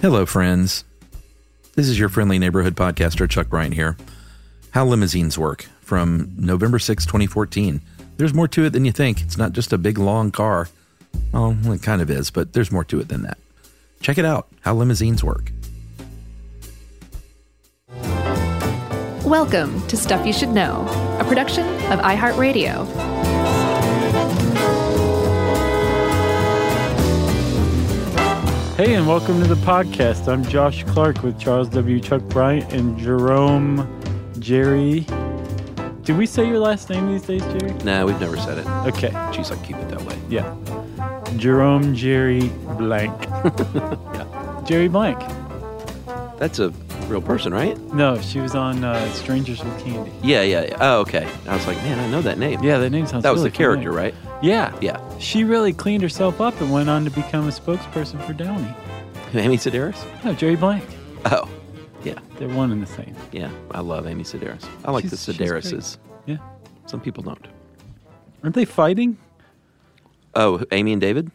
Hello, friends. This is your friendly neighborhood podcaster, Chuck Bryant here. How Limousines Work from November 6, 2014. There's more to it than you think. It's not just a big, long car. Oh, well, it kind of is, but there's more to it than that. Check it out How Limousines Work. Welcome to Stuff You Should Know, a production of iHeartRadio. Hey, and welcome to the podcast. I'm Josh Clark with Charles W. Chuck Bryant and Jerome Jerry. Did we say your last name these days, Jerry? Nah, we've never said it. Okay, Jeez, I keep it that way. yeah. Jerome Jerry Blank. Jerry Blank. That's a real person, right? No, she was on uh, Strangers with Candy. Yeah, yeah, yeah. Oh, okay. I was like, man, I know that name. Yeah, that name sounds That was really the character, familiar. right? Yeah. Yeah. She really cleaned herself up and went on to become a spokesperson for Downey. Amy Sedaris? No, Jerry Blank. Oh, yeah, They're one and the same. yeah. I love Amy Sedaris. I like She's- the she's great. Sedarises. Yeah. Some people don't. Aren't they fighting? Oh, Amy and David?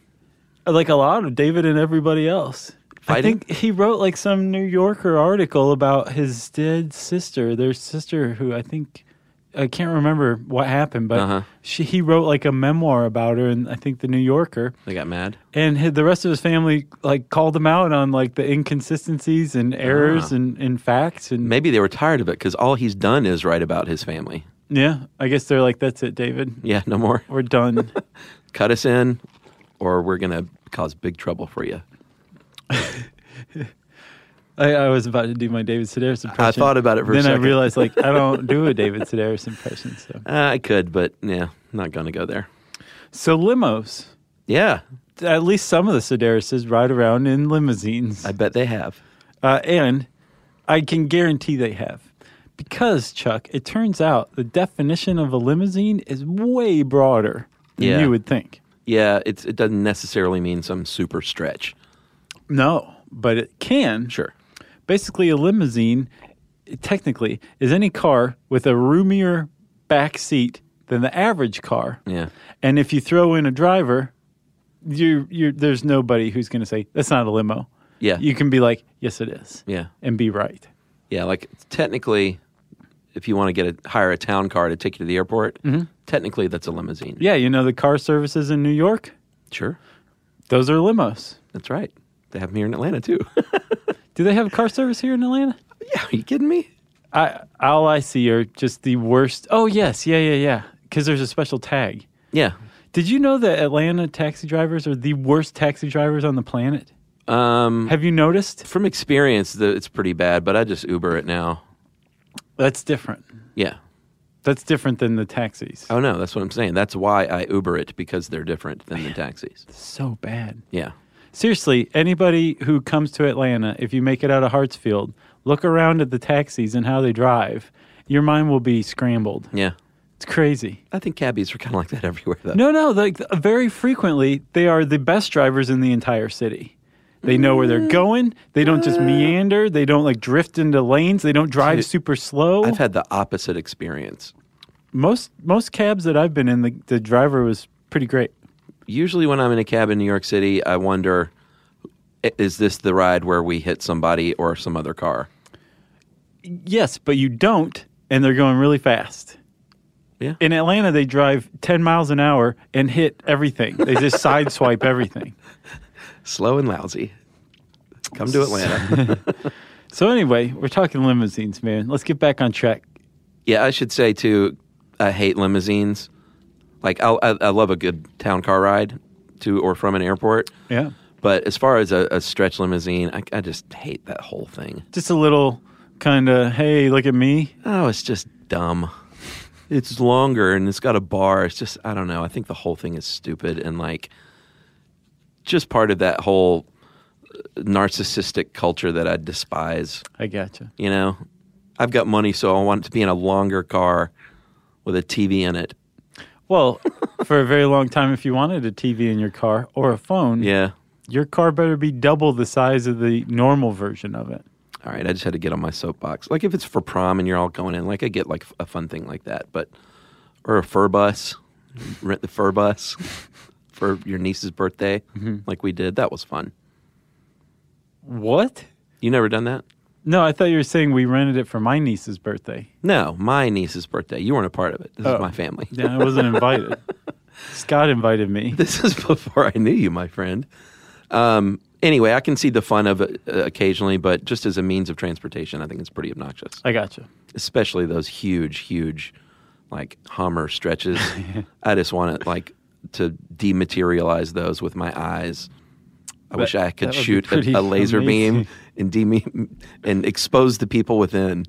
like a lot of David and everybody else. Fighting? I think he wrote like some New Yorker article about his dead sister, their sister, who I think I can't remember what happened, but Uh-huh. she, he wrote like a memoir about her, and I think the New Yorker, They got mad. and hi- the rest of his family like called him out on like the inconsistencies and errors Ah. and, and facts, and Maybe they were tired of it because all he's done is write about his family. yeah, I guess they're like, that's it, David, Yeah, no more. we're done. Cut us in, or we're gonna cause big trouble for you. I, I was about to do my David Sedaris impression. thought about it for a then second. I realized like I don't do a David Sedaris impression, so. Uh, I could, but yeah, not gonna go there. So limos, Yeah, at least some of the Sedarises ride around in limousines, I bet they have. uh, and I can guarantee they have, because Chuck, it turns out the definition of a limousine is way broader than Yeah. you would think. Yeah, it's it doesn't necessarily mean some super stretch. No, but it can. Sure. Basically, a limousine, technically, is any car with a roomier back seat than the average car. Yeah. And if you throw in a driver, you you there's nobody who's going to say that's not a limo. Yeah. You can be like, yes, it is, yeah. and be right. Yeah, like technically, if you want to get a hire a town car to take you to the airport, technically that's a limousine. Mm-hmm. Yeah, you know the car services in New York; Sure, those are limos. that's right. They have them here in Atlanta too. Do they have car service here in Atlanta? yeah, are you kidding me? I all I see are just the worst. Oh yes, yeah, yeah, yeah. Because there's a special tag. Yeah. Did you know that Atlanta taxi drivers are the worst taxi drivers on the planet? Um, Have you noticed? from experience, the, it's pretty bad, but I just Uber it now. That's different. Yeah. That's different than the taxis. Oh no, that's what I'm saying. That's why I Uber it because they're different than the taxis. So bad. Yeah. Seriously, anybody who comes to Atlanta, if you make it out of Hartsfield, look around at the taxis and how they drive. Your mind will be scrambled. Yeah. It's crazy. I think cabbies are kind of like that everywhere though. No, no, like very frequently they are the best drivers in the entire city. They know where they're going. They don't Mm. just meander. They don't like drift into lanes. They don't drive Dude, super slow. I've had the opposite experience. most most cabs that I've been in, the, the driver was pretty great. usually when I'm in a cab in New York City, I wonder i- is this the ride where we hit somebody or some other car? Yes, but you don't, and they're going really fast. Yeah. In Atlanta, they drive 10 miles an hour and hit everything. They just sideswipe everything. Slow and lousy. Come to Atlanta. So, anyway, we're talking limousines, man. Let's get back on track. yeah, I should say too, I hate limousines. Like I'll, I, I love a good town car ride to or from an airport, Yeah. but as far as a, a stretch limousine, I, I just hate that whole thing. Just a little kind of, hey, look at me. Oh, it's just dumb. It's longer and it's got a bar. It's just I don't know. I think the whole thing is stupid and like just part of that whole uh, narcissistic culture that I despise. I gotcha. You know, I've got money, so I want it to be in a longer car with a TV in it. Well, for a very long time, if you wanted a TV in your car or a phone, Yeah. your car better be double the size of the normal version of it. All right, I just had to get on my soapbox. Like if it's for prom and you're all going in, like I get like a fun thing like that, but or a fur bus, rent the fur bus for your niece's birthday, Mm-hmm. like we did. That was fun. What? You never done that? No, I thought you were saying we rented it for my niece's birthday. No, my niece's birthday. You weren't a part of it. This Oh. is my family. Yeah, I wasn't invited. Scott invited me. This is before I knew you, my friend. Um, anyway, I can see the fun of it uh, occasionally, but just as a means of transportation, I think it's pretty obnoxious. I gotcha. especially those huge, huge, like Hummer stretches. I just want it like to dematerialize those with my eyes. I wish I that would could be shoot pretty a, a laser beam amazing. and deme- and expose the people within.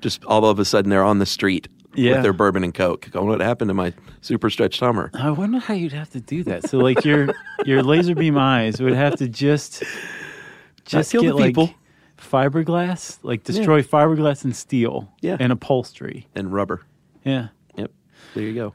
Just all of a sudden, they're on the street Yeah. with their bourbon and coke. Going, what happened to my super stretched Hummer? I wonder how you'd have to do that. So like your your laser beam eyes would have to just just kill the get like people. fiberglass, like destroy fiberglass and steel Yeah. and upholstery. And rubber. Yeah. Yep. There you go.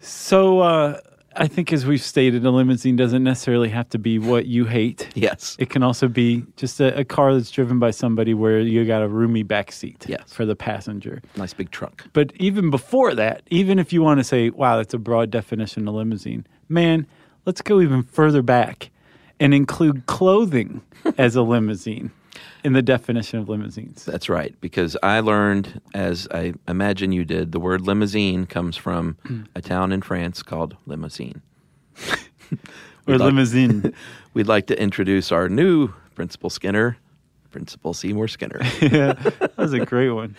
So uh, I think as we've stated, a limousine doesn't necessarily have to be what you hate. Yes. It can also be just a, a car that's driven by somebody where you got a roomy back seat Yes. for the passenger. nice big trunk. But even before that, even if you want to say, wow, that's a broad definition of limousine, man, let's go even further back and include clothing as a limousine in the definition of limousines. That's right, because I learned, as I imagine you did, the word limousine comes from a town in France called Limousine. Or like- limousine. We'd like to introduce our new Principal Skinner, Principal Seymour Skinner. that was a great one.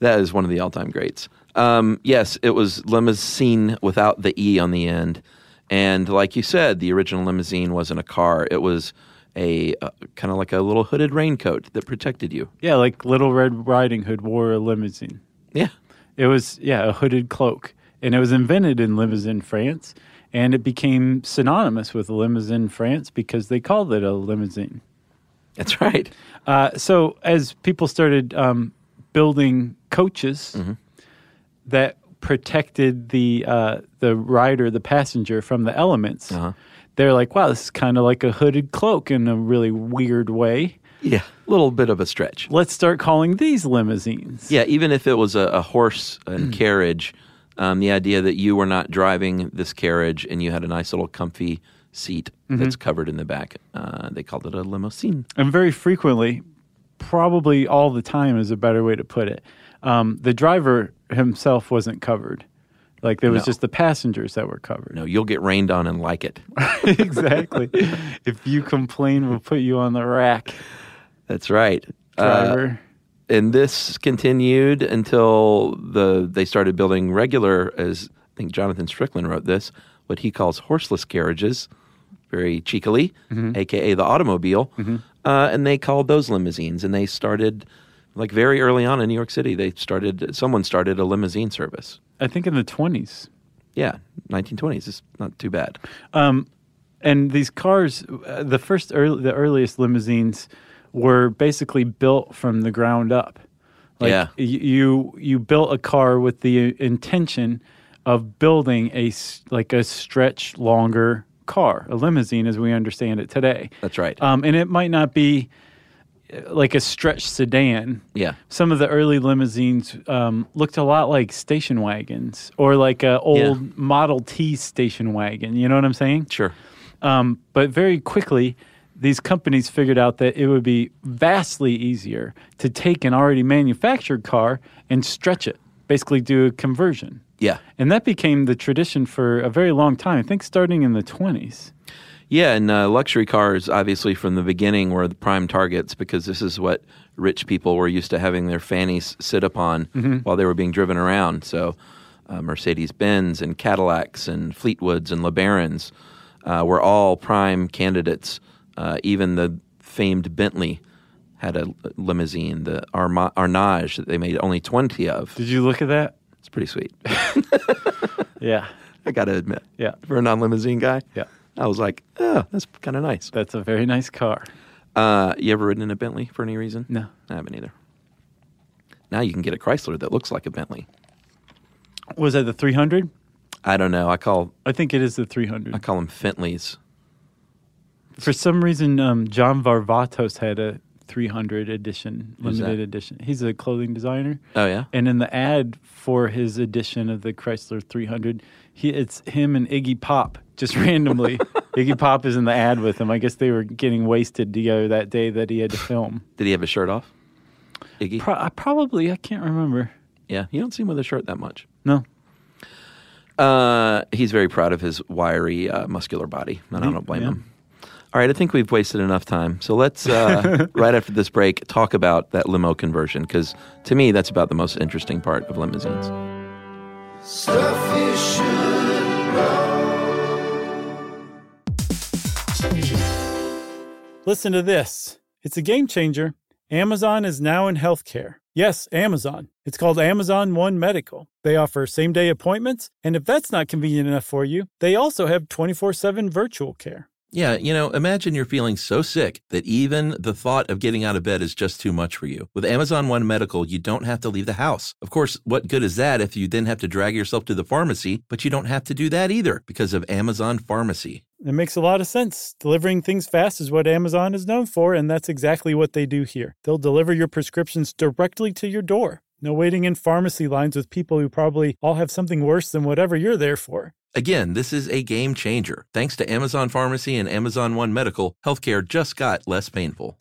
that is one of the all time greats. Um, yes, it was limousine without the E on the end. And like you said, the original limousine wasn't a car, it was a uh, kind of like a little hooded raincoat that protected you. Yeah, like Little Red Riding Hood wore a limousine. Yeah. It was, yeah, a hooded cloak. And it was invented in Limousin, France. And it became synonymous with Limousin, France because they called it a limousine. That's right. Uh, so as people started um, building coaches that protected the uh, the rider, the passenger from the elements, they're like, "Wow, this is kind of like a hooded cloak in a really weird way." Yeah. A little bit of a stretch. Let's start calling these limousines. Yeah, even if it was a, a horse and carriage, um, the idea that you were not driving this carriage and you had a nice little comfy seat that's covered in the back, uh, they called it a limousine. and very frequently, probably all the time is a better way to put it. Um, the driver himself wasn't covered. Like there was No. just the passengers that were covered. No, you'll get rained on and like it. exactly. if you complain, we'll put you on the rack, That's right. Uh, driver. and this continued until the they started building regular, as I think Jonathan Strickland wrote this, what he calls horseless carriages, very cheekily, aka the automobile, uh, and they called those limousines. And they started like very early on in New York City. They started someone started a limousine service. I think in the twenties. Yeah, 1920s. It's not too bad. And these cars, uh, the first, early, the earliest limousines were basically built from the ground up. Like Yeah. y- you, you built a car with the intention of building a s- like a stretch longer car, a limousine as we understand it today. That's right. Um, and it might not be uh, like a stretch sedan. yeah, some of the early limousines um, looked a lot like station wagons or like a old Yeah. Model T station wagon. You know what I'm saying? sure. Um, but very quickly, these companies figured out that it would be vastly easier to take an already manufactured car and stretch it, basically do a conversion. Yeah. And that became the tradition for a very long time, I think starting in the 20s. Yeah, and uh, luxury cars, obviously, from the beginning were the prime targets because this is what Mm-hmm. rich people were used to having their fannies sit upon while they were being driven around. So uh, Mercedes Benz and Cadillacs and Fleetwoods and LeBarons uh, were all prime candidates. Uh, even the famed Bentley had a limousine, the Arma- Arnage that they made only 20 of. Did you look at that? It's pretty sweet. Yeah. I got to admit. Yeah. For a non limousine guy. Yeah. I was like, oh, that's kind of nice. That's a very nice car. Uh, you ever ridden in a Bentley for any reason? No. I haven't either. Now you can get a Chrysler that looks like a Bentley. Was that the 300? I don't know. I call I think it is the 300. I call them Fentleys. For some reason, um, John Varvatos had a 300 edition, Who's limited that? edition. He's a clothing designer. Oh yeah. And in the ad for his edition of the Chrysler 300, he, it's him and Iggy Pop just randomly. Iggy Pop is in the ad with him. I guess they were getting wasted together that day that he had to film. Did he have his shirt off? Iggy. Pro- I probably, I can't remember. yeah. You don't see him with a shirt that much. No. Uh, he's very proud of his wiry, uh, muscular body, and I don't blame yeah. him. All right, I think we've wasted enough time. So let's, uh, right after this break, talk about that limo conversion because to me, that's about the most interesting part of limousines. Stuff you should Listen to this. It's a game changer. Amazon is now in healthcare. Yes, Amazon. It's called Amazon One Medical. They offer same day appointments, and if that's not convenient enough for you, they also have 24 7 virtual care. Yeah, you know, imagine you're feeling so sick that even the thought of getting out of bed is just too much for you. With Amazon One Medical, you don't have to leave the house. Of course, what good is that if you then have to drag yourself to the pharmacy, but you don't have to do that either because of Amazon Pharmacy. It makes a lot of sense. Delivering things fast is what Amazon is known for, and that's exactly what they do here. They'll deliver your prescriptions directly to your door. No waiting in pharmacy lines with people who probably all have something worse than whatever you're there for. Again, this is a game changer. Thanks to Amazon Pharmacy and Amazon One Medical, healthcare just got less painful.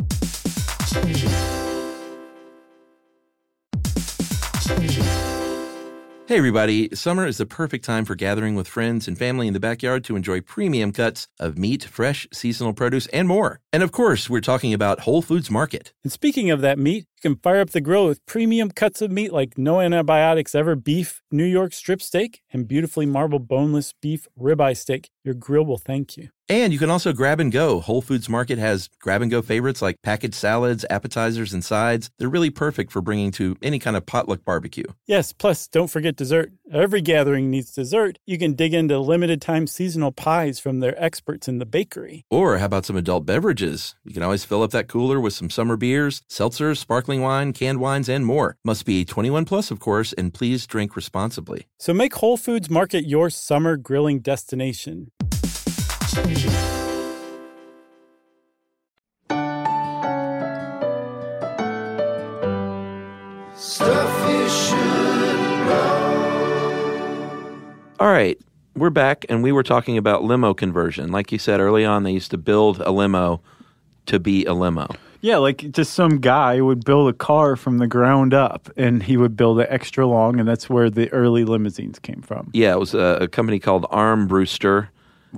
Hey, everybody. Summer is the perfect time for gathering with friends and family in the backyard to enjoy premium cuts of meat, fresh, seasonal produce, and more. And of course, we're talking about Whole Foods Market. And speaking of that meat, you can fire up the grill with premium cuts of meat like no antibiotics ever beef, New York strip steak, and beautifully marbled boneless beef ribeye steak. Your grill will thank you. And you can also grab and go. Whole Foods Market has grab and go favorites like packaged salads, appetizers, and sides. They're really perfect for bringing to any kind of potluck barbecue. Yes, plus don't forget dessert. Every gathering needs dessert. You can dig into limited time seasonal pies from their experts in the bakery. Or how about some adult beverages? You can always fill up that cooler with some summer beers, seltzers, sparkling wine, canned wines, and more. Must be 21 plus, of course, and please drink responsibly. So make Whole Foods Market your summer grilling destination. stuff you should All right, we're back, and we were talking about limo conversion. Like you said early on, they used to build a limo to be a limo. Yeah, like just some guy would build a car from the ground up and he would build it extra long. And that's where the early limousines came from. Yeah, it was a, a company called Arm Brewster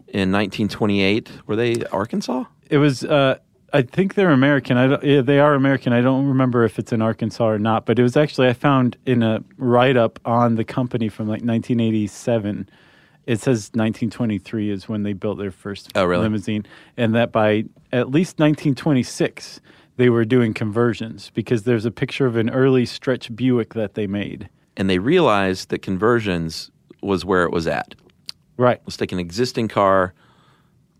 in 1928. Were they Arkansas? It was, uh, I think they're American. I don't, yeah, they are American. I don't remember if it's in Arkansas or not, but it was actually, I found in a write up on the company from like 1987. It says 1923 is when they built their first Oh, really? limousine, and that by at least 1926, they were doing conversions because there's a picture of an early stretch Buick that they made. And they realized that conversions was where it was at. Right. Let's take an existing car,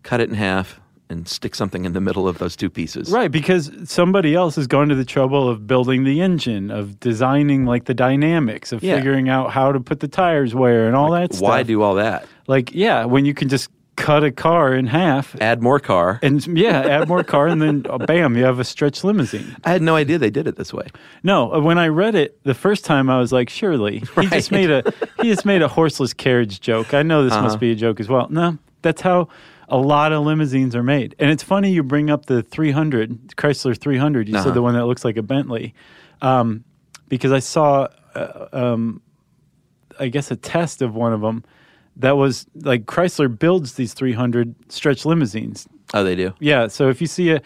cut it in half, and stick something in the middle of those two pieces. Right, because somebody else has gone to the trouble of building the engine, of designing like the dynamics, of Yeah. figuring out how to put the tires where and all that stuff. Why do all that? like yeah, when you can just cut a car in half Add more car. and yeah, add more car and then oh, bam, you have a stretch limousine. I had no idea they did it this way. No, uh, when I read it the first time I was like, surely he just made a he just made a horseless carriage joke. I know this must be a joke as well. No, that's how a lot of limousines are made. And it's funny you bring up the 300 Chrysler 300. You Uh-huh. said the one that looks like a Bentley. Um, because I saw uh, um, I guess a test of one of them that was like Chrysler builds these 300 stretch limousines. Oh, they do. Yeah, so if you see a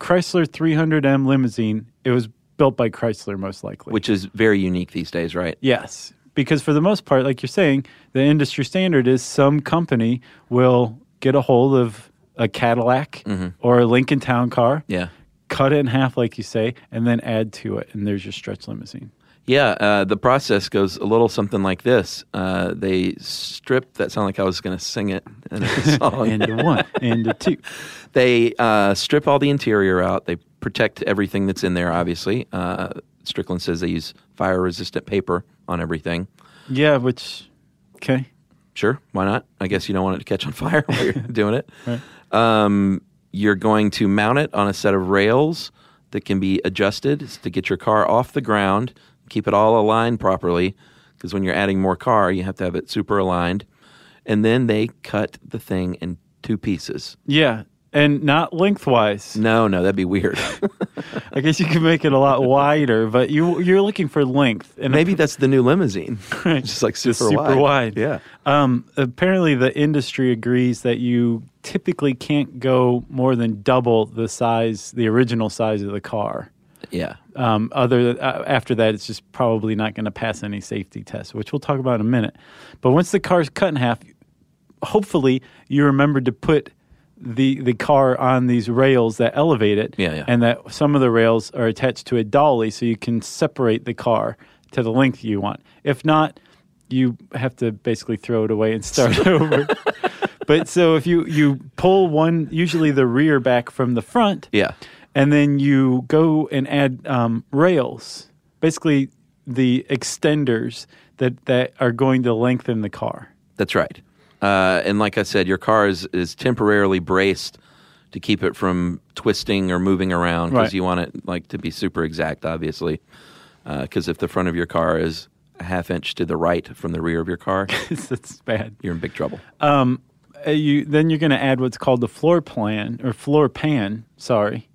Chrysler 300M limousine, it was built by Chrysler most likely. Which is very unique these days, right? yes. because for the most part, like you're saying, the industry standard is some company will get a hold of a Cadillac or a Lincoln Town car, Mm-hmm. Yeah. cut it in half, like you say, and then add to it, and there's your stretch limousine. Yeah, uh, the process goes a little something like this. Uh, they strip. That sounded like I was going to sing it in a song. And a one, and a two. They uh, strip all the interior out. They protect everything that's in there. Obviously, uh, Strickland says they use fire-resistant paper on everything. Yeah, which, okay. Sure, why not? I guess you don't want it to catch on fire while you're doing it. Um, you're going to mount it on a set of rails that can be adjusted to get your car off the ground, keep it all aligned properly, because when you're adding more car, you have to have it super aligned. And then they cut the thing in two pieces. Yeah, and not lengthwise. No, no, that'd be weird. I guess you could make it a lot wider, but you you're looking for length. And Maybe that's the new limousine. Right. Just like super, Just super wide. wide. Yeah. Um, apparently, the industry agrees that you typically can't go more than double the size, the original size of the car. Yeah. Um, other uh, after that, it's just probably not going to pass any safety tests, which we'll talk about in a minute. But once the car's cut in half, hopefully you remembered to put the the car on these rails that elevate it, Yeah, yeah. and that some of the rails are attached to a dolly, so you can separate the car to the length you want. If not, you have to basically throw it away and start over. But so if you you pull one, usually the rear back from the front, Yeah. and then you go and add um, rails, basically the extenders that that are going to lengthen the car. That's right. Uh, and like I said, your car is, is temporarily braced to keep it from twisting or moving around because Right. you want it like to be super exact, obviously. Because if the front of your car is a half inch to the right from the rear of your car, That's bad. you're in big trouble. Uh, you then you're going to add what's called the floor plan or floor pan. Sorry,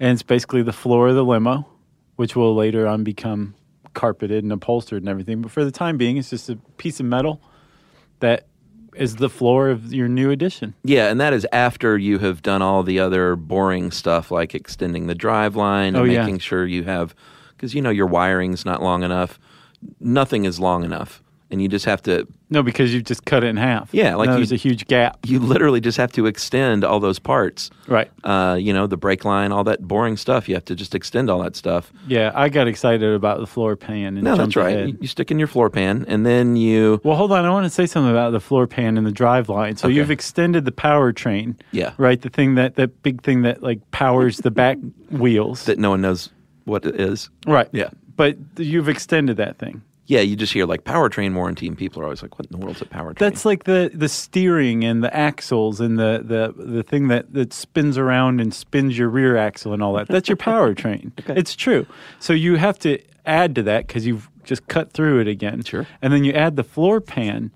and it's basically the floor of the limo, which will later on become carpeted and upholstered and everything. But for the time being, it's just a piece of metal that is the floor of your new addition. Yeah, and that is after you have done all the other boring stuff like extending the drive line Oh, and yeah. making sure you have because you know your wiring's not long enough. Nothing is long enough, and you just have to No, because you've just cut it in half. Yeah, like Now you- there's a huge gap. you literally just have to extend all those parts. Right. Uh, you know, the brake line, all that boring stuff. You have to just extend all that stuff. Yeah, I got excited about the floor pan and No, jumped that's right. ahead. You, you stick in your floor pan and then you. Well, hold on. I want to say something about the floor pan and the drive line. So Okay. you've extended the powertrain. Yeah. Right. The thing that that big thing that like powers the back wheels. That no one knows what it is. right. Yeah. But you've extended that thing. Yeah, you just hear like powertrain warranty, and people are always like, what in the world's a powertrain? That's like the the steering and the axles and the the the thing that that spins around and spins your rear axle and all that. That's your powertrain. It's true. So you have to add to that because you've just cut through it again. Sure. And then you add the floor pan,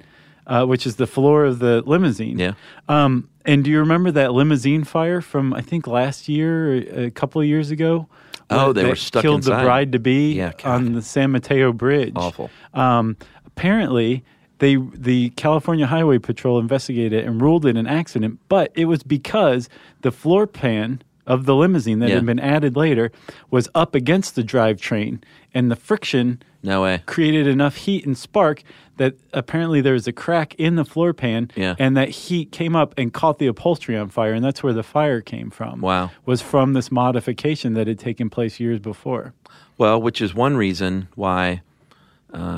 uh, which is the floor of the limousine. Yeah. Um, and do you remember that limousine fire from I think last year, or a couple of years ago? Oh, they That were stuck killed inside. the bride to be Yeah, God. on the San Mateo Bridge. Awful. Um, apparently, they the California Highway Patrol investigated it and ruled it an accident, but it was because the floor pan of the limousine that Yeah. had been added later was up against the drivetrain, and the friction no way. created enough heat and spark that apparently there was a crack in the floor pan, Yeah. and that heat came up and caught the upholstery on fire, and that's where the fire came from. Wow. was from this modification that had taken place years before. Well, which is one reason why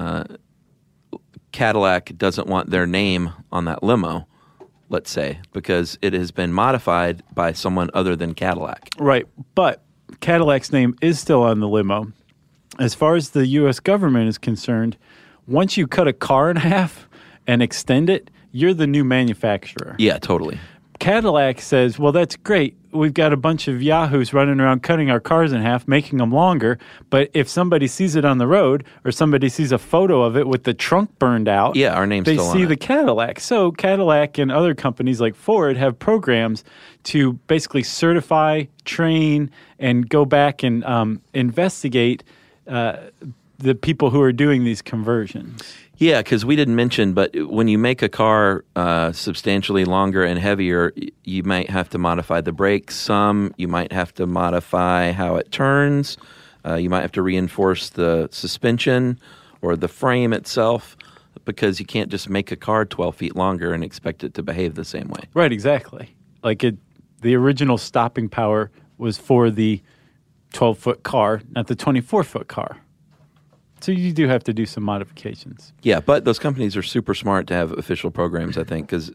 uh, Cadillac doesn't want their name on that limo, let's say, because it has been modified by someone other than Cadillac. Right. But Cadillac's name is still on the limo. As far as the U.S. government is concerned, once you cut a car in half and extend it, you're the new manufacturer. Yeah, totally. Cadillac says, well, that's great. We've got a bunch of yahoos running around cutting our cars in half, making them longer. But if somebody sees it on the road or somebody sees a photo of it with the trunk burned out, Yeah, our name's they still on see it. the Cadillac. So Cadillac and other companies like Ford have programs to basically certify, train, and go back and um, investigate uh, the people who are doing these conversions. Yeah, because we didn't mention, but when you make a car uh, substantially longer and heavier, y- you might have to modify the brakes some. You might have to modify how it turns. Uh, you might have to reinforce the suspension. or the frame itself because you can't just make a car 12 feet longer and expect it to behave the same way. Right, exactly. Like it, the original stopping power was for the 12 foot car, not the 24 foot car. So you do have to do some modifications. Yeah, but those companies are super smart to have official programs, I think, because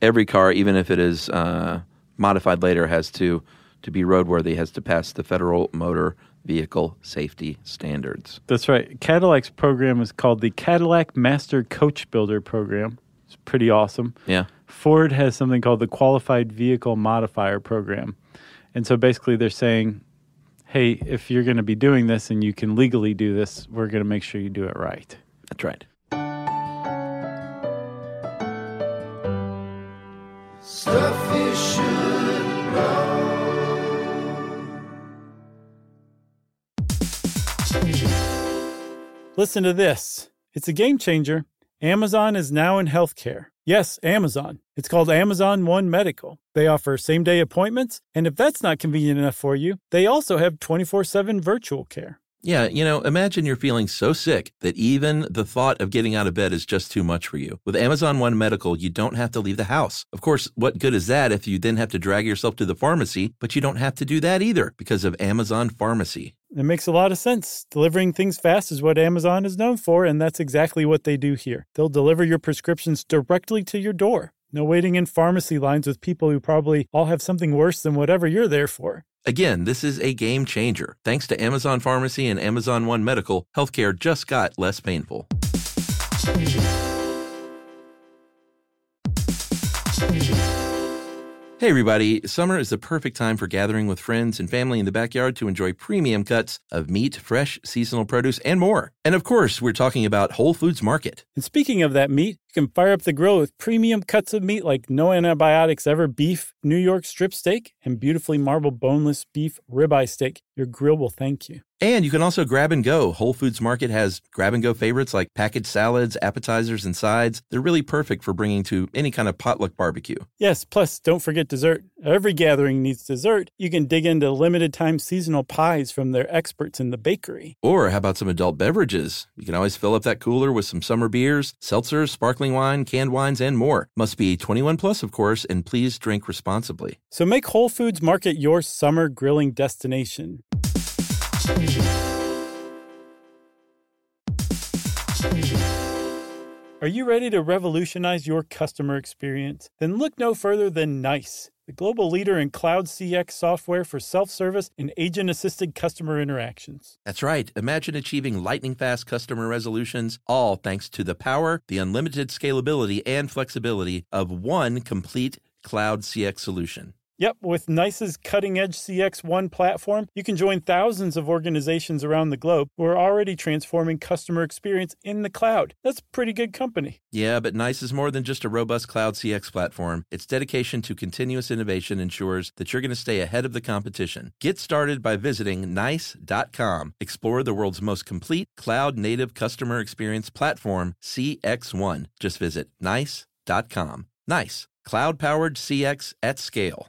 every car, even if it is uh, modified later, has to to be roadworthy, has to pass the federal motor vehicle safety standards. That's right. Cadillac's program is called the Cadillac Master Coach Builder Program. It's pretty awesome. Yeah. Ford has something called the Qualified Vehicle Modifier Program. And so basically they're saying, hey, if you're going to be doing this and you can legally do this, we're going to make sure you do it right. That's right. Stuff you should know. Listen to this. It's a game changer. Amazon is now in healthcare. Yes, Amazon. It's called Amazon One Medical. They offer same day appointments, and if that's not convenient enough for you, they also have 24 7 virtual care. Yeah, you know, imagine you're feeling so sick that even the thought of getting out of bed is just too much for you. With Amazon One Medical, you don't have to leave the house. Of course, what good is that if you then have to drag yourself to the pharmacy, but you don't have to do that either because of Amazon Pharmacy. It makes a lot of sense. Delivering things fast is what Amazon is known for, and that's exactly what they do here. They'll deliver your prescriptions directly to your door. No waiting in pharmacy lines with people who probably all have something worse than whatever you're there for. Again, this is a game changer. Thanks to Amazon Pharmacy and Amazon One Medical, healthcare just got less painful. Hey, everybody. Summer is the perfect time for gathering with friends and family in the backyard to enjoy premium cuts of meat, fresh, seasonal produce, and more. And of course, we're talking about Whole Foods Market. And speaking of that meat, you can fire up the grill with premium cuts of meat like no antibiotics ever beef, New York strip steak, and beautifully marbled boneless beef ribeye steak. Your grill will thank you. And you can also grab and go. Whole Foods Market has grab and go favorites like packaged salads, appetizers, and sides. They're really perfect for bringing to any kind of potluck barbecue. Yes, plus don't forget dessert. Every gathering needs dessert. You can dig into limited time seasonal pies from their experts in the bakery. Or how about some adult beverages? You can always fill up that cooler with some summer beers, seltzers, sparkling wine, canned wines, and more. Must be 21 plus, of course, and please drink responsibly. So make Whole Foods Market your summer grilling destination. Are you ready to revolutionize your customer experience? Then look no further than NICE, the global leader in cloud CX software for self service and agent assisted customer interactions. That's right. Imagine achieving lightning fast customer resolutions, all thanks to the power, the unlimited scalability, and flexibility of one complete cloud CX solution. Yep, with NICE's cutting edge CX1 platform, you can join thousands of organizations around the globe who are already transforming customer experience in the cloud. That's pretty good company. Yeah, but NICE is more than just a robust cloud CX platform. Its dedication to continuous innovation ensures that you're going to stay ahead of the competition. Get started by visiting nice.com. Explore the world's most complete cloud native customer experience platform, CX1. Just visit nice.com. Nice, cloud powered CX at scale.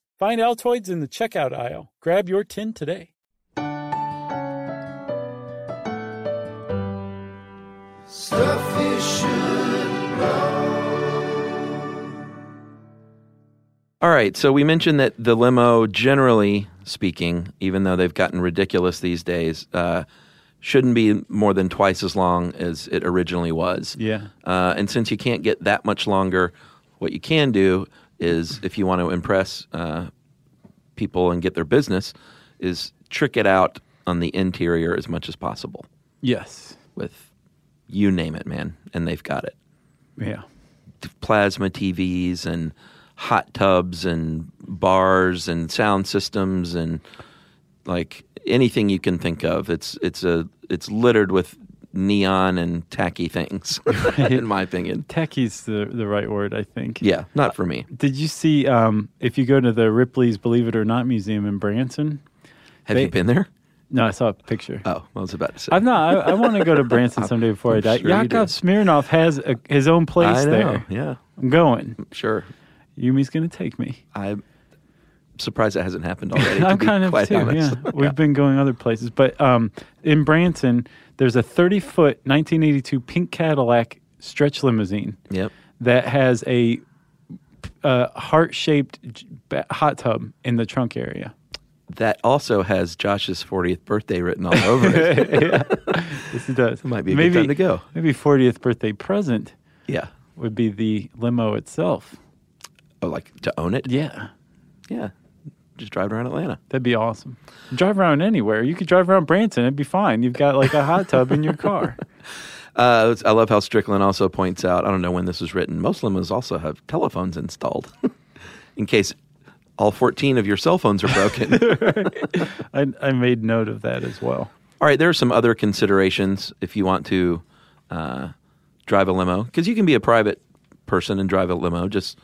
Find Altoids in the checkout aisle. Grab your tin today. Stuff you should know. All right, so we mentioned that the limo, generally speaking, even though they've gotten ridiculous these days, uh, shouldn't be more than twice as long as it originally was. Yeah. Uh, and since you can't get that much longer, what you can do is, if you want to impress uh, people and get their business, is trick it out on the interior as much as possible Yes. with you name it, man, and they've got it. Yeah. Plasma TVs and hot tubs and bars and sound systems and like anything you can think of. It's it's a it's littered with neon and tacky things, in my opinion. Techie's the the right word, I think. Yeah, not for me. Did you see um, if you go to the Ripley's Believe It or Not Museum in Branson? Have you they- been there? No, I saw a picture. Oh, I was about to say. I'm not. I, I want to go to Branson someday before i die. sure you Yakov Smirnov has a, his own place I know. there. Yeah, I'm going. sure. Yumi's going to take me. I'm surprised that hasn't happened already. to I'm be kind of quite too. honest. Yeah, we've been going other places, but um, in Branson, there's a 30 foot 1982 pink Cadillac stretch limousine Yep. that has a, uh heart shaped hot tub in the trunk area. That also has Josh's 40th birthday written all over it. Yes, it does. Might be a good time to go. Maybe 40th birthday present yeah. would be the limo itself. Oh, like to own it? Yeah, Yeah. Just drive around Atlanta. that'd be awesome. Drive around anywhere. You could drive around Branson. It'd be fine. You've got like a hot tub in your car. Uh, it's- I love how Strickland also points out. I don't know when this was written. Most limos also have telephones installed in case all 14 of your cell phones are broken. I, I made note of that as well. All right, there are some other considerations if you want to uh, drive a limo, because you can be a private person and drive a limo, just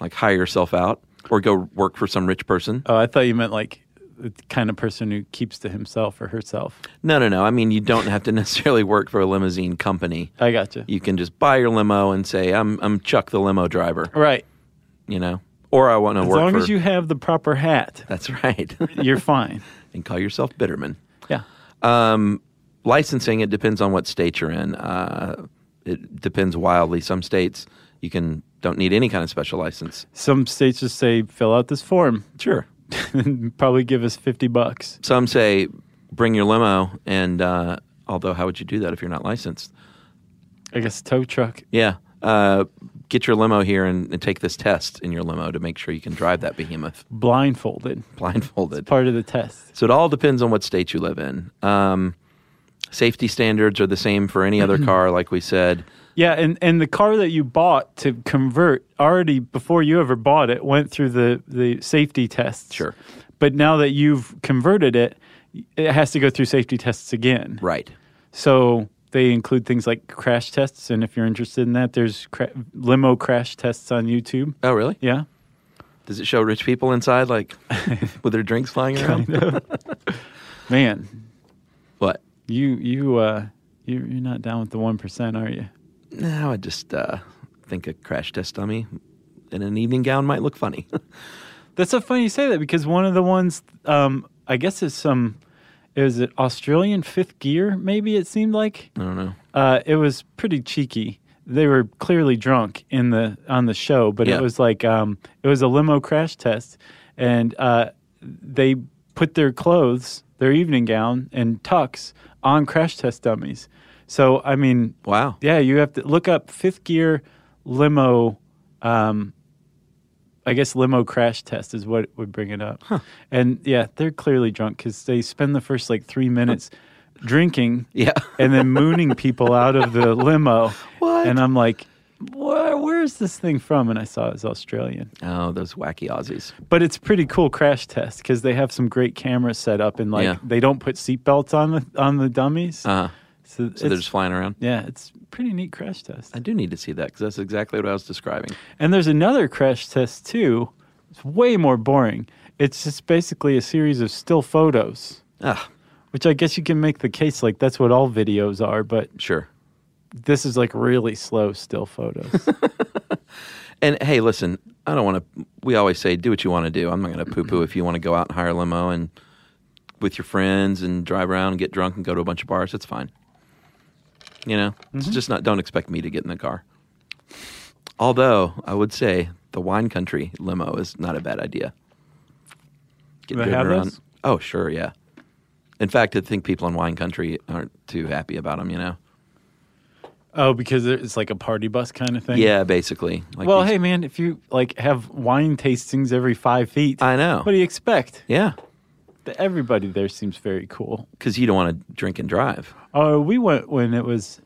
like hire yourself out or go work for some rich person. Oh, I thought you meant like the kind of person who keeps to himself or herself. No, no, no. I mean, you don't have to necessarily work for a limousine company. I gotcha. You can just buy your limo and say, "I'm I'm Chuck the limo driver," Right. you know, or I want to As work long for. as you have the proper hat, That's right, you're fine. and call yourself Bitterman. Um, Yeah. licensing it depends on what state you're in uh, it depends wildly some states you can don't need any kind of special license Some states just say fill out this form. sure and Probably give us fifty bucks. some say bring your limo and uh, although how would you do that if you're not licensed I guess tow truck. yeah uh, get your limo here and, and take this test in your limo to make sure you can drive that behemoth Blindfolded. blindfolded Part of the test. So it all depends on what state you live in. Um, safety standards are the same for any other car, like we said. Yeah, and, and the car that you bought to convert already before you ever bought it went through the, the safety tests. Sure. But now that you've converted it, it has to go through safety tests again. Right. So they include things like crash tests, and if you're interested in that, there's cra- limo crash tests on YouTube. Oh, really? Yeah, Does it show rich people inside, like with their drinks flying around? man, What? you you uh you, you're not down with the one percent, are you? No, I just uh, think a crash test dummy in an evening gown might look funny. That's so funny you say that because one of the ones, um, I guess it's some, is it Australian fifth gear? Maybe it seemed like I don't know. uh, it was pretty cheeky. They were clearly drunk in the on the show, but Yeah. it was like um, it was a limo crash test, and uh, they put their clothes, their evening gown and tux, on crash test dummies. So I mean, Wow. yeah, you have to look up fifth gear limo. Um, I guess limo crash test is what would bring it up. And yeah, they're clearly drunk because they spend the first like three minutes drinking Yeah. and then mooning people out of the limo. What? And I'm like, Where, where is this thing from? And I saw it was Australian. Oh, those wacky Aussies. But it's pretty cool crash test because they have some great cameras set up and like Yeah. they don't put seatbelts on the on the dummies. Uh, so so they're it's- just flying around. yeah, it's pretty neat crash test. I do need to see that because that's exactly what I was describing. And there's another crash test too. It's way more boring. It's just basically a series of still photos, Ah, which I guess you can make the case like that's what all videos are, but sure. this is like really slow still photos. And hey, listen, I don't want to. We always say, do what you want to do. I'm not going to poo Mm-hmm. poo if you want to go out and hire a limo and with your friends and drive around and get drunk and go to a bunch of bars. It's fine. You know, it's Mm-hmm. just not. Don't expect me to get in the car. Although I would say the wine country limo is not a bad idea. Get They driven have those? Oh, sure, yeah. In fact, I think people in wine country aren't too happy about them. You know. oh, because it's like a party bus kind of thing. Yeah, basically. Like Well, these- hey man, if you like have wine tastings every five feet, I know. What do you expect? Yeah, Everybody there seems very cool. because you don't want to drink and drive. Oh, we went when it was,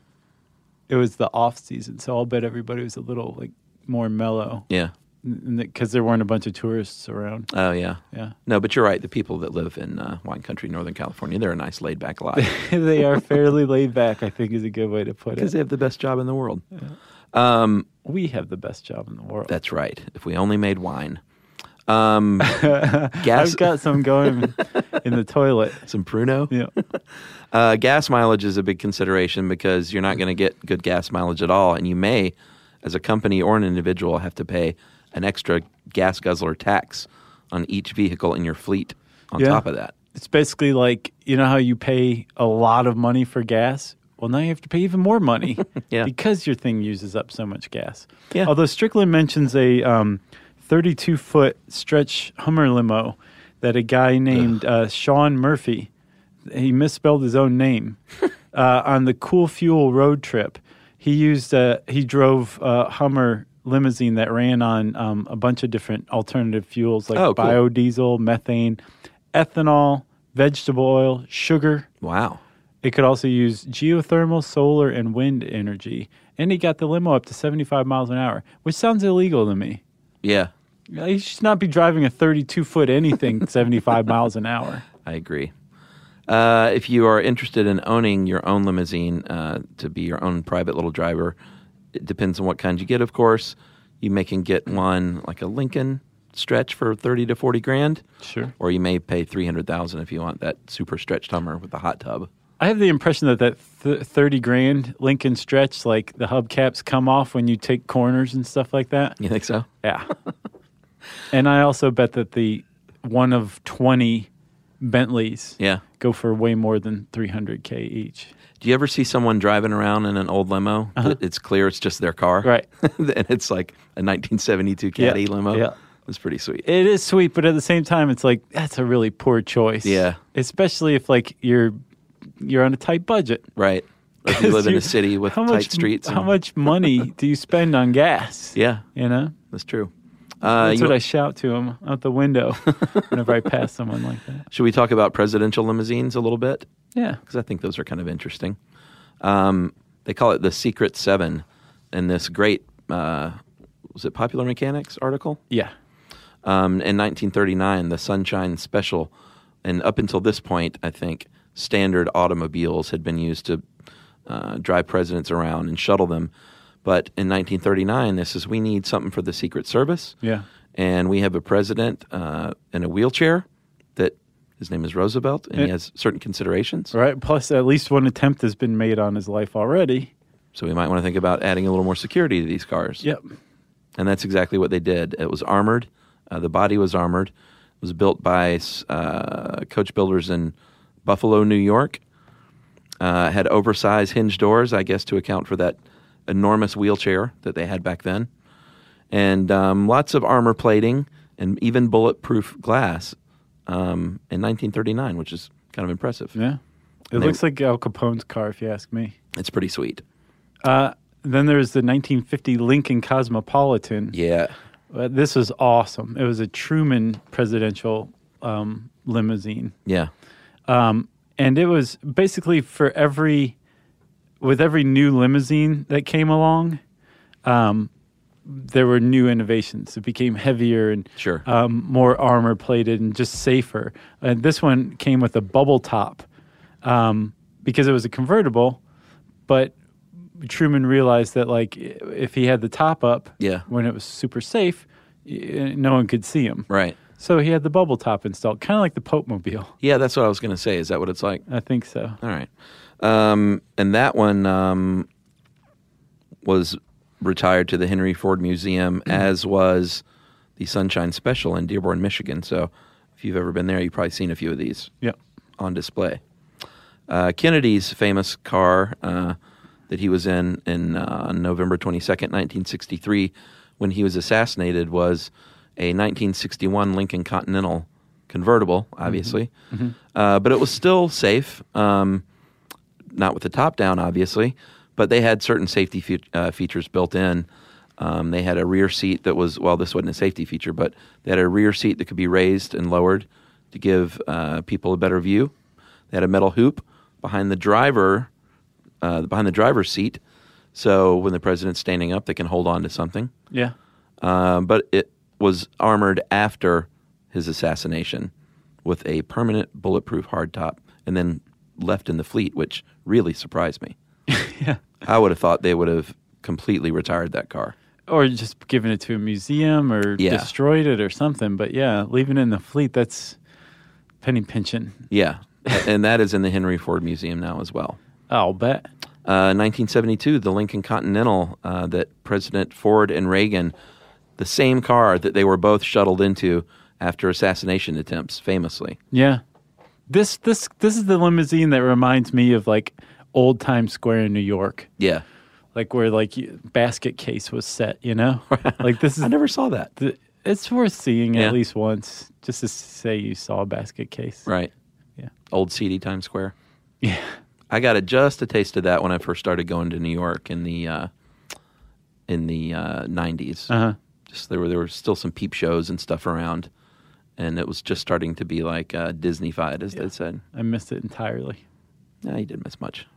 it was the off season, so I'll bet everybody was a little like more mellow. Yeah. because there weren't a bunch of tourists around. Oh yeah, Yeah. No, but you're right. The people that live in uh, wine country, Northern California, they're a nice, laid back lot they are fairly laid back, I think is a good way to put because it. they have the best job in the world. We have the best job in the world. That's right. If we only made wine, um, gas, I've got some going in the toilet. some Pruno. Yeah. Uh, gas mileage is a big consideration because you're not going to get good gas mileage at all, and you may, as a company or an individual, have to pay an extra gas guzzler tax on each vehicle in your fleet. On Yeah. top of that, It's basically like, you know how you pay a lot of money for gas? Well, now you have to pay even more money Yeah. because your thing uses up so much gas. Yeah. Although Strickland mentions a um, 32 foot stretch Hummer limo that a guy named uh, Sean Murphy, he misspelled his own name, uh, on the Cool Fuel road trip. He used uh, he drove a Hummer limousine that ran on um, a bunch of different alternative fuels like Oh, cool. biodiesel, methane, ethanol, vegetable oil, sugar. wow. It could also use geothermal, solar, and wind energy. And he got the limo up to 75 miles an hour, which sounds illegal to me. Yeah, You should not be driving a 32 foot anything 75 miles an hour. I agree. Uh, if you are interested in owning your own limousine uh, to be your own private little driver, it depends on what kind you get, of course. You may can get one like a Lincoln stretch for thirty to forty grand, Sure. or you may pay three hundred thousand if you want that super stretched Hummer with the hot tub. I have the impression that that th- 30 grand Lincoln stretch, like the hubcaps come off when you take corners and stuff like that. You think so? Yeah. and I also bet that the one of 20 Bentleys Yeah. go for way more than 300K each. Do you ever see someone driving around in an old limo? that It's clear it's just their car, Uh-huh. Right. and it's like a 1972 Yeah, Caddy limo. yeah. it's pretty sweet. It is sweet, but at the same time, it's like, that's a really poor choice. Yeah. Especially if like you're you're on a tight budget. right. Or if you live in a city with how tight much, streets. How and- much money do you spend on gas? Yeah. You know? That's true. Uh, That's you- what I shout to him out the window whenever I pass someone like that. should we talk about presidential limousines a little bit? Yeah. Because I think those are kind of interesting. Um, they call it the Secret Seven in this great, uh, was it Popular Mechanics article? Yeah. Um, in 1939, the Sunshine Special. And up until this point, I think standard automobiles had been used to uh, drive presidents around and shuttle them. But in 1939, this is we need something for the Secret Service. Yeah. and we have a president uh, in a wheelchair that his name is Roosevelt, and he Yeah. has certain considerations. All Right. Plus, at least one attempt has been made on his life already. So we might want to think about adding a little more security to these cars. Yep. And that's exactly what they did. It was armored. Uh, the body was armored. It was built by uh, coach builders in Buffalo, New York. Uh, had oversized hinge doors, I guess, to account for that enormous wheelchair that they had back then. And um, lots of armor plating and even bulletproof glass um, in 1939, which is kind of impressive. Yeah. It looks like Al Capone's car, if you ask me. It's pretty sweet. Then there's the 1950 Lincoln Cosmopolitan. Yeah. Uh, This was awesome. It was a Truman presidential um, limousine. Yeah. and it was basically for every with every new limousine that came along um, there were new innovations it became heavier and Sure. um, more armor plated and just safer and this one came with a bubble top um, because it was a convertible but truman realized that like i- if he had the top up Yeah. when it was super safe y- no one could see him Right. so he had the bubble top installed kind of like the pope mobile Yeah, that's what I was going to say. Is that what it's like? i think so All right. Um, and that one um, was retired to the Henry Ford Museum, as was the Sunshine Special in Dearborn, Michigan. So if you've ever been there, you've probably seen a few of these yeah on display. Uh, Kennedy's famous car uh, that he was in in uh, on November 22nd, 1963, when he was assassinated, was a 1961 Lincoln Continental convertible, obviously. Uh, but it was still safe, um, not with the top down, obviously, but they had certain safety fe- uh, features built in. Um, they had a rear seat that was, well, this wasn't a safety feature, but they had a rear seat that could be raised and lowered to give uh, people a better view. They had a metal hoop behind the driver, uh, behind the driver's seat, so when the president's standing up, they can hold on to something. yeah Um, but it was armored after his assassination with a permanent bulletproof hardtop and then left in the fleet, which really surprised me. I would have thought they would have completely retired that car. or just giving it to a museum or Yeah. destroyed it or something. But yeah, leaving it in the fleet, that's penny pinching. Yeah. and that is in the Henry Ford Museum now as well. I'll bet. Uh, 1972, the Lincoln Continental uh, that President Ford and Reagan, the same car that they were both shuttled into after assassination attempts, famously. Yeah. This this this is the limousine that reminds me of like old time square in New York. Yeah. Like where like y- basket case was set, you know? like this I is never saw that. th- it's worth seeing Yeah. at least once just to say you saw a basket case. Right. Yeah. Old seedy Times Square. Yeah. I got a, just a taste of that when I first started going to New York in the uh, in the uh, 90s. Uh-huh. Just there were there were still some peep shows and stuff around, and it was just starting to be like uh, Disneyfied, as they said. I missed it entirely. Yeah, you didn't miss much.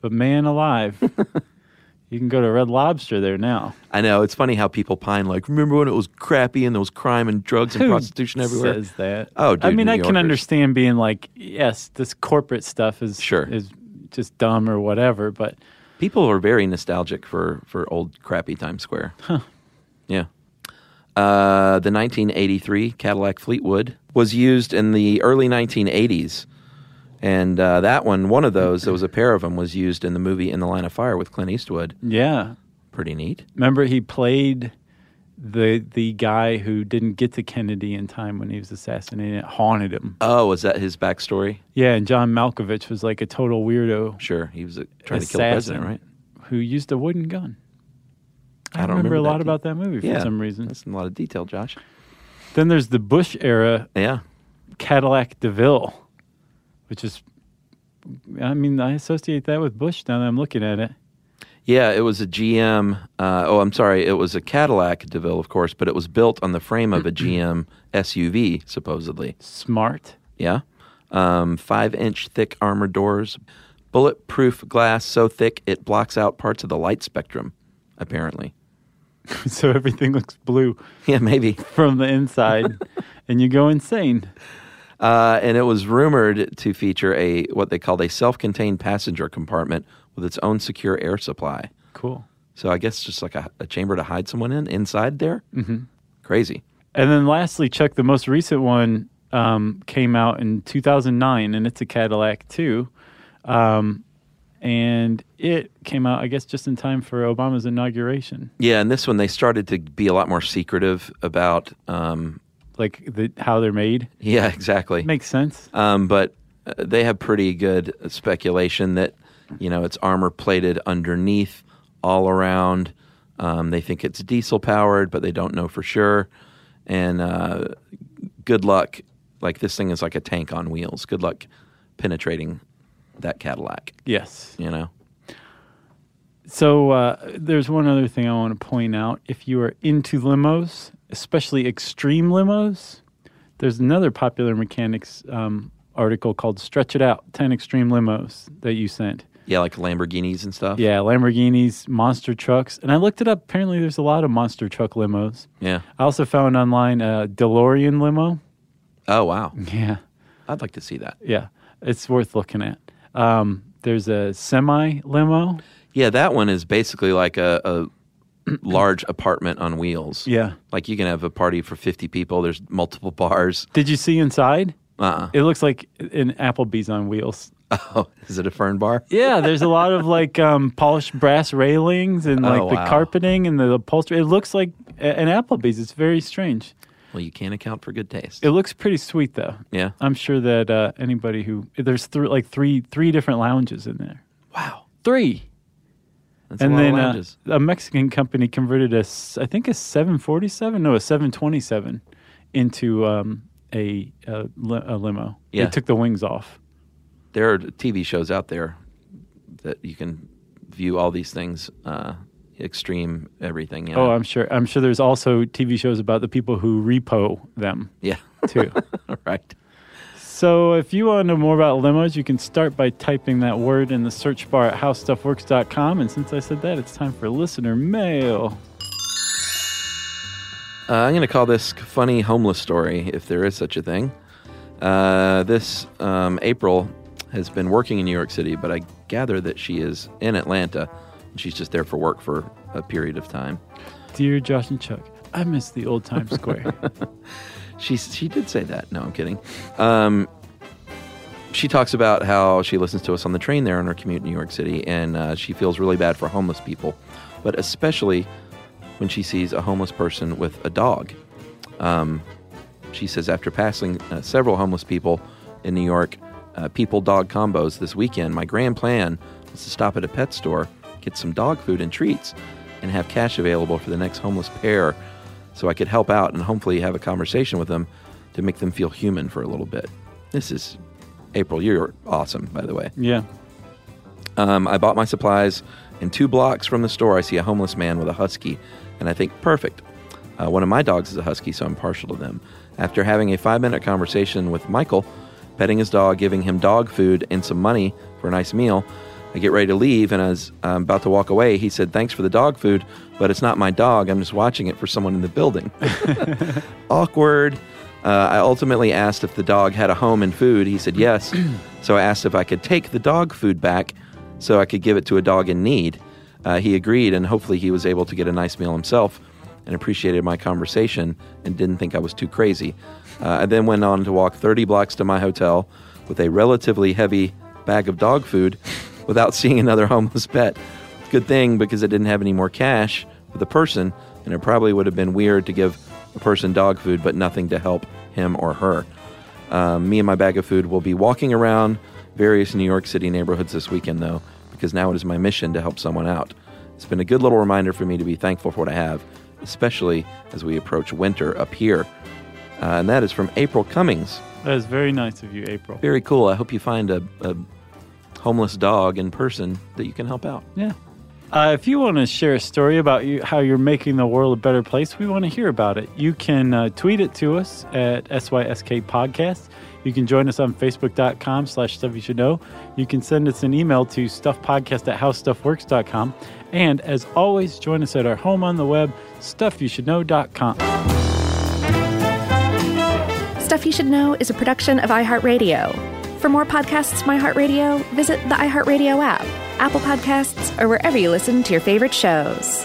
But man alive. you can go to Red Lobster there now. I know it's funny how people pine like, remember when it was crappy and there was crime and drugs and Who prostitution everywhere. Says that. Oh, dude, I mean, New I can Yorkers. understand being like, yes, this corporate stuff is Sure. is just dumb or whatever, but People are very nostalgic for for old crappy Times Square. Yeah. Uh, the 1983 Cadillac Fleetwood was used in the early 1980s, and uh, that one, one of those, there was a pair of them, was used in the movie In the Line of Fire with Clint Eastwood. yeah. Pretty neat. Remember, he played the the guy who didn't get to Kennedy in time when he was assassinated. It haunted him. Oh, was that his backstory? Yeah, and John Malkovich was like a total weirdo Sure, he was uh, trying to kill the Assassin. president, right? who used a wooden gun. I, I don't remember, remember a lot that. about that movie for some reason. That's a lot of detail, Josh. Then there's the Bush era Yeah, Cadillac DeVille, which is, I mean, I associate that with Bush now that I'm looking at it. Yeah, it was a GM. Uh, oh, I'm sorry. It was a Cadillac DeVille, of course, but it was built on the frame of a GM SUV, supposedly. Smart. Yeah. Um, five inch thick armor doors, bulletproof glass so thick it blocks out parts of the light spectrum, apparently. so everything looks blue Yeah, maybe. from the inside and you go insane. Uh, and it was rumored to feature a what they called a self contained passenger compartment with its own secure air supply. Cool. So I guess just like a, a chamber to hide someone in inside there. Mm-hmm. Crazy. And then lastly, Chuck, the most recent one um, came out in 2009 and it's a Cadillac too. Um, and it came out, I guess, just in time for Obama's inauguration. Yeah, and this one they started to be a lot more secretive about. Um, Like the, how they're made. yeah, exactly. Makes sense. Um, but uh, they have pretty good speculation that you know it's armor plated underneath, all around. Um, they think it's diesel powered, but they don't know for sure. And uh, good luck. Like this thing is like a tank on wheels. Good luck penetrating that Cadillac. Yes. You know. So uh, there's one other thing I want to point out. If you are into limos, especially extreme limos, there's another popular mechanics um, article called "Stretch It Out: 10 Extreme Limos" that you sent. Yeah, like Lamborghinis and stuff. Yeah, Lamborghinis, monster trucks, and I looked it up. Apparently, there's a lot of monster truck limos. Yeah. I also found online a DeLorean limo. Oh wow. Yeah, I'd like to see that. yeah, it's worth looking at. Um, there's a semi limo. Yeah, that one is basically like a, a large apartment on wheels. Yeah. Like you can have a party for 50 people, there's multiple bars. Did you see inside? Uh-uh. It looks like an Applebee's on wheels. Oh, is it a fern bar? Yeah, there's a lot of like um, polished brass railings and like Oh, the wow. carpeting and the upholstery. It looks like a- an Applebee's. It's very strange. Well, you can't account for good taste. It looks pretty sweet though. yeah. I'm sure that uh, anybody who there's thr like three three different lounges in there. Wow. Three. That's a And lot then of uh, lounges. a Mexican company converted a, s- I think a 747, no, a 727 into um, a, a, li- a limo. Yeah. They took the wings off. there are TV shows out there that you can view all these things uh extreme everything, you know? Oh, I'm sure. I'm sure there's also TV shows about the people who repo them yeah. too. right. so if you want to know more about limos, you can start by typing that word in the search bar at howstuffworks.com. And since I said that, it's time for listener mail. Uh, I'm going to call this funny homeless story, if there is such a thing. Uh, this um, April has been working in New York City, but I gather that she is in Atlanta. And she's just there for work for a period of time. Dear Josh and Chuck, I miss the old Times Square. She she did say that. No, I'm kidding. Um, she talks about how she listens to us on the train there on her commute in New York City, and uh, she feels really bad for homeless people, but especially when she sees a homeless person with a dog. Um, she says after passing uh, several homeless people in New York, uh, people dog combos this weekend, my grand plan was to stop at a pet store, get some dog food and treats, and have cash available for the next homeless pair so I could help out and hopefully have a conversation with them to make them feel human for a little bit. This is April. You're awesome, by the way. yeah. Um, I bought my supplies, and two blocks from the store, I see a homeless man with a husky, and I think, perfect. Uh, one of my dogs is a husky, so I'm partial to them. After having a five minute conversation with Michael, petting his dog, giving him dog food and some money for a nice meal, I get ready to leave, and as I'm about to walk away, he said, Thanks for the dog food, but it's not my dog. I'm just watching it for someone in the building. awkward. Uh, I ultimately asked if the dog had a home and food. He said yes. so I asked if I could take the dog food back so I could give it to a dog in need. Uh, he agreed, and hopefully, he was able to get a nice meal himself and appreciated my conversation and didn't think I was too crazy. Uh, I then went on to walk 30 blocks to my hotel with a relatively heavy bag of dog food without seeing another homeless pet. Good thing because I didn't have any more cash for the person, and it probably would have been weird to give a person dog food but nothing to help him or her. Um, me and my bag of food will be walking around various New York City neighborhoods this weekend, though, because now it is my mission to help someone out. It's been a good little reminder for me to be thankful for what I have, especially as we approach winter up here. Uh, and that is from April Cummings. That is very nice of you, April. Very cool. I hope you find a, a homeless dog in person that you can help out. Yeah. Uh, if you want to share a story about you, how you're making the world a better place, we want to hear about it. You can uh, tweet it to us at SYSK Podcast. You can join us on Facebook.com slash Stuff You Should Know. You can send us an email to StuffPodcast at HowStuffWorks.com. And as always, join us at our home on the web, StuffYouShouldKnow.com. Stuff You Should Know is a production of iHeartRadio. For more podcasts from iHeartRadio, visit the iHeartRadio app, Apple Podcasts, or wherever you listen to your favorite shows.